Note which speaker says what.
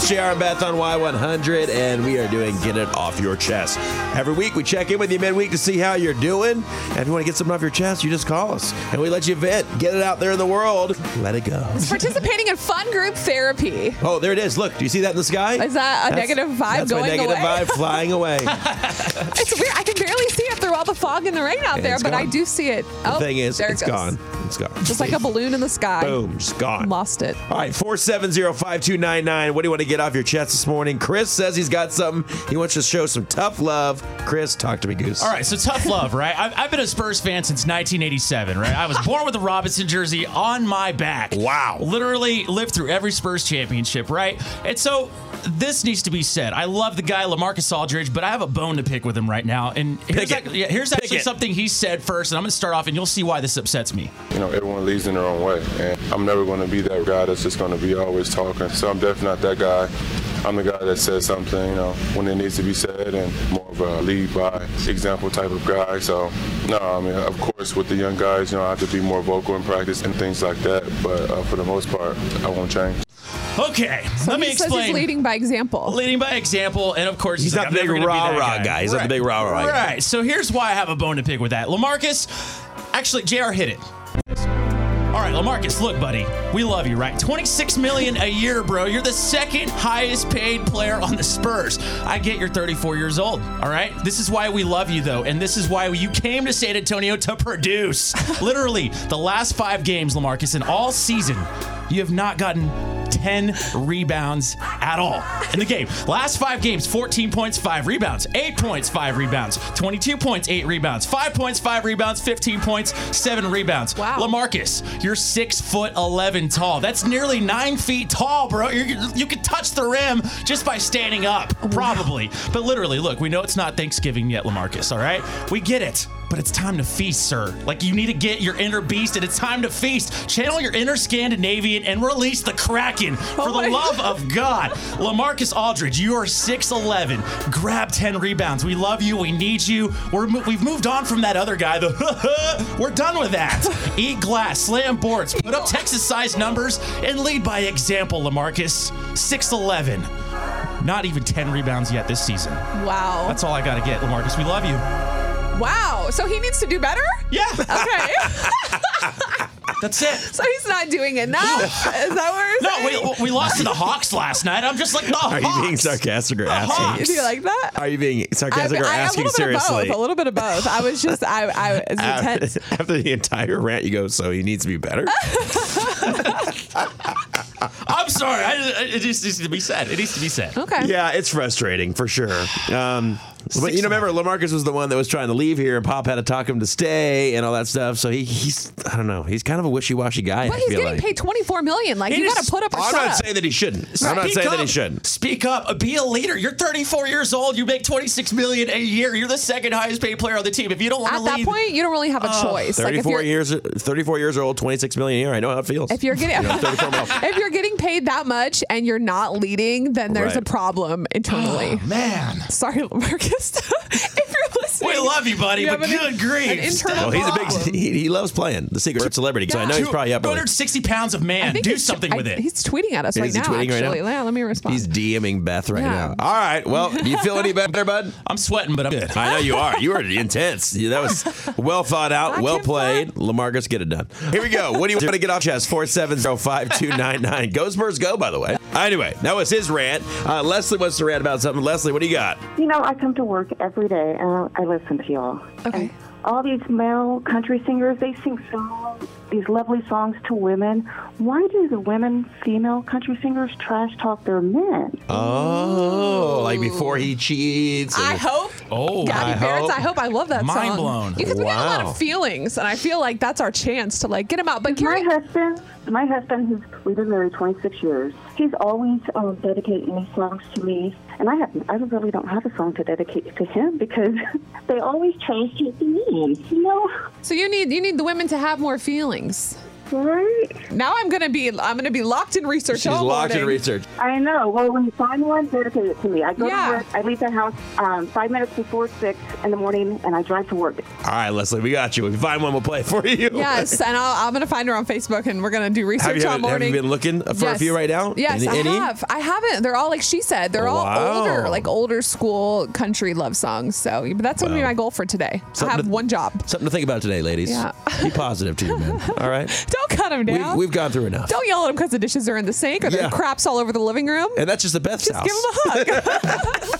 Speaker 1: It's JR and Beth on Y100, and we are doing Get It Off Your Chest. Every week, we check in with you midweek to see how you're doing. And if you want to get something off your chest, you just call us, and we let you vent. Get it out there in the world. Let it go.
Speaker 2: Participating in fun group therapy.
Speaker 1: Oh, there it is. Look, do you see that in the sky?
Speaker 2: Is that a negative vibe
Speaker 1: that's my
Speaker 2: going
Speaker 1: negative
Speaker 2: away?
Speaker 1: vibe flying away.
Speaker 2: It's weird. I can barely see it through all the fog and the rain out there,
Speaker 1: it's
Speaker 2: but I
Speaker 1: gone.
Speaker 2: do see it.
Speaker 1: The
Speaker 2: oh,
Speaker 1: thing is,
Speaker 2: there it
Speaker 1: it's
Speaker 2: goes.
Speaker 1: gone. It's gone.
Speaker 2: Just like a balloon in the sky.
Speaker 1: Boom, just gone.
Speaker 2: Lost it.
Speaker 1: All right, 470-5299. What do you want to get off your chest this morning? Chris says he's got something. He wants to show some tough love. Chris, talk to me, Goose.
Speaker 3: All right, so tough love, right? I've, I've been a Spurs fan since 1987, right? I was born with a Robinson jersey on my back.
Speaker 1: Wow.
Speaker 3: Literally lived through every Spurs championship, right? And so this needs to be said. I love the guy, Lamarcus Aldridge, but I have a bone to pick with him right now. And
Speaker 1: Pick
Speaker 3: here's,
Speaker 1: it.
Speaker 3: act- yeah, here's actually
Speaker 1: it.
Speaker 3: something he said first, and I'm going to start off, and you'll see why this upsets me.
Speaker 4: you know, everyone leads in their own way. And I'm never going to be that guy that's just going to be always talking. So I'm definitely not that guy. I'm the guy that says something, you know, when it needs to be said and more of a lead by example type of guy. So, no, I mean, of course, with the young guys, you know, I have to be more vocal in practice and things like that. But uh, for the most part, I won't change.
Speaker 3: Okay, let
Speaker 2: he
Speaker 3: me
Speaker 2: says he's
Speaker 3: explain.
Speaker 2: leading by example.
Speaker 3: Leading by example, and of course,
Speaker 1: He's not
Speaker 3: like,
Speaker 1: the
Speaker 3: "I'm
Speaker 1: big
Speaker 3: never gonna be that
Speaker 1: rah-rah guy. He's not the big rah-rah guy.
Speaker 3: Right. So here's why I have a bone to pick with that. Lamarcus, actually, JR hit it. All right, Lamarcus, look, buddy, we love you, right? 26 million a year, bro. You're the second highest paid player on the Spurs. I get you're 34 years old, all right? This is why we love you, though, and this is why you came to San Antonio to produce. Literally, the last five games, Lamarcus, in all season, you have not gotten 10 rebounds at all in the game. Last five games 14 points, 5 rebounds, 8 points, 5 rebounds, 22 points, 8 rebounds, 5 points, 5 rebounds, 15 points, 7 rebounds.
Speaker 2: Wow.
Speaker 3: Lamarcus, you're 6 foot 11 tall. That's nearly 9 feet tall, bro. You're, you could touch the rim just by standing up, probably. But literally, look, we know it's not Thanksgiving yet, Lamarcus, all right? We get it. But it's time to feast, sir. Like, you need to get your inner beast, and it's time to feast. Channel your inner Scandinavian and release the Kraken. For
Speaker 2: Oh my
Speaker 3: the love of God. Lamarcus Aldridge, you are 6'11. Grab 10 rebounds. We love you. We need you. We're, mo- we've moved on from that other guy. The We're done with that. Eat glass, slam boards, put up Texas sized numbers, and lead by example, Lamarcus. 6'11. Not even 10 rebounds yet this season.
Speaker 2: Wow.
Speaker 3: That's all I got to get, Lamarcus. We love you.
Speaker 2: wow. So he needs to do better?
Speaker 3: Yeah,
Speaker 2: Okay.
Speaker 3: that's it.
Speaker 2: so he's not doing enough. Is that
Speaker 3: No,
Speaker 2: what you're saying?
Speaker 3: we, we lost to the Hawks last night. I'm just like, the
Speaker 1: Are
Speaker 3: Hawks.
Speaker 1: you being sarcastic or asking?
Speaker 3: Hawks.
Speaker 2: Do you like that?
Speaker 1: Are you being sarcastic or
Speaker 2: I- I-
Speaker 1: asking
Speaker 2: a little Bit of
Speaker 1: seriously?
Speaker 2: both, a little bit of both. I was just, I, I was intense.
Speaker 1: After, after the entire rant, you go, so he needs to be better?
Speaker 3: I'm sorry. I, I- it just needs to be said. It needs to be said.
Speaker 2: Okay.
Speaker 1: yeah, it's frustrating for sure. Um, but you know, remember, Lamarcus was the one that was trying to leave here, and Pop had to talk him to stay and all that stuff. So he, he's, I don't know, he's kind of a wishy washy guy.
Speaker 2: But
Speaker 1: I
Speaker 2: he's
Speaker 1: feel
Speaker 2: getting
Speaker 1: like.
Speaker 2: paid 24 million. Like,
Speaker 3: He
Speaker 2: you got
Speaker 3: just-
Speaker 2: to put up or
Speaker 1: I'm
Speaker 2: shut
Speaker 1: not
Speaker 2: up.
Speaker 1: saying that he shouldn't. I'm not
Speaker 3: Speak
Speaker 1: saying
Speaker 3: up.
Speaker 1: that he shouldn't.
Speaker 3: Speak up. Be a leader. You're 34 years old. You make 26 million a year. You're the second highest paid player on the team. If you don't want
Speaker 2: At
Speaker 3: to
Speaker 2: that
Speaker 3: leave,
Speaker 2: point, you don't really have a choice. Like, if
Speaker 1: 34
Speaker 2: you're,
Speaker 1: years 34 years old 26 million a year i know how it feels
Speaker 2: If you're getting
Speaker 1: You know, 34 mil.
Speaker 2: if you're getting paid that much and you're not leading, then there's
Speaker 1: Right. Um,
Speaker 2: a problem internally.
Speaker 3: Oh, man.
Speaker 2: Sorry, Lamarcus. if you're listening,
Speaker 3: We love you, buddy,
Speaker 2: have
Speaker 3: but
Speaker 2: an-
Speaker 3: good grief.
Speaker 2: an
Speaker 1: well,
Speaker 2: internal
Speaker 1: he's a
Speaker 2: problem.
Speaker 1: big he, he loves playing the secret celebrity because i know he's probably up there.
Speaker 3: 260 pounds of
Speaker 2: I
Speaker 3: man.
Speaker 2: think
Speaker 3: Do
Speaker 2: he's-
Speaker 3: something
Speaker 2: I-
Speaker 3: with it.
Speaker 2: He's tweeting at us right
Speaker 1: Is he
Speaker 2: now.
Speaker 1: tweeting right now?
Speaker 2: actually, yeah, let me respond.
Speaker 1: he's dming beth right now
Speaker 2: Yeah.
Speaker 1: all right well do you feel any better bud
Speaker 3: I'm sweating, but I'm good.
Speaker 1: I know you are. You are intense. Yeah, That was well thought out,
Speaker 2: I
Speaker 1: well
Speaker 2: can
Speaker 1: played. Lamarcus, get it done. Here we go. What do you want to get off your chest? 4705299. Go Spurs, go, by the way. Anyway, that was his rant. Uh, Leslie wants to rant about something. Leslie, what do you got?
Speaker 5: You know, I come to work every day and I I listen to y'all.
Speaker 2: Okay.
Speaker 5: And all these male country singers, they sing so these lovely songs to women. Why do the women, female country singers, trash talk their men?
Speaker 1: Oh, like before he cheats.
Speaker 2: I
Speaker 1: and-
Speaker 2: hope.
Speaker 3: Oh,
Speaker 2: Gabby
Speaker 1: I
Speaker 2: Barrett's.
Speaker 1: hope-
Speaker 2: I hope I love that
Speaker 3: Mind
Speaker 2: song.
Speaker 3: blown.
Speaker 2: Because we got a lot
Speaker 1: Wow.
Speaker 2: of feelings, and I feel like that's our chance to like get him out. But
Speaker 5: My
Speaker 2: Carrie,
Speaker 5: husband, my husband, who's we've been married 26 years. He's always um, dedicating these songs to me, and I have, I really don't have a song to dedicate to him because they always trash talk the men. You know,
Speaker 2: so you need you need the women to have more feelings.
Speaker 5: Right?
Speaker 2: Now I'm gonna be I'm gonna be locked in research.
Speaker 1: She's
Speaker 2: all
Speaker 1: locked in
Speaker 2: morning.
Speaker 1: research.
Speaker 5: I know. Well, when you find one, dedicate it to me. I go
Speaker 2: Yeah.
Speaker 5: to work. I leave the house um, five minutes before six in the morning, and I drive to work.
Speaker 1: All right, Leslie, we got you. If you find one, we'll play it for you.
Speaker 2: Yes, and I'll, I'm gonna find her on Facebook, and we're gonna do
Speaker 1: Have
Speaker 2: research
Speaker 1: you, have,
Speaker 2: all
Speaker 1: have
Speaker 2: morning.
Speaker 1: you been looking for a
Speaker 2: Yes.
Speaker 1: few right now?
Speaker 2: Yes,
Speaker 1: Any-
Speaker 2: I
Speaker 1: any?
Speaker 2: have. I haven't. They're all like she said. They're all
Speaker 1: Wow.
Speaker 2: older, like older school country love songs. So, but that's gonna be
Speaker 1: Wow.
Speaker 2: my goal for today. I
Speaker 1: Something
Speaker 2: have
Speaker 1: to-
Speaker 2: one job.
Speaker 1: Something to think about today, ladies.
Speaker 2: Yeah.
Speaker 1: Be positive to your men. All right.
Speaker 2: Don't cut them
Speaker 1: We've,
Speaker 2: down.
Speaker 1: we've gone through enough.
Speaker 2: Don't yell at them because the dishes are in the sink or
Speaker 1: Yeah.
Speaker 2: their craps all over the living room.
Speaker 1: And that's just the Beth's
Speaker 2: Just
Speaker 1: house.
Speaker 2: give them a hug.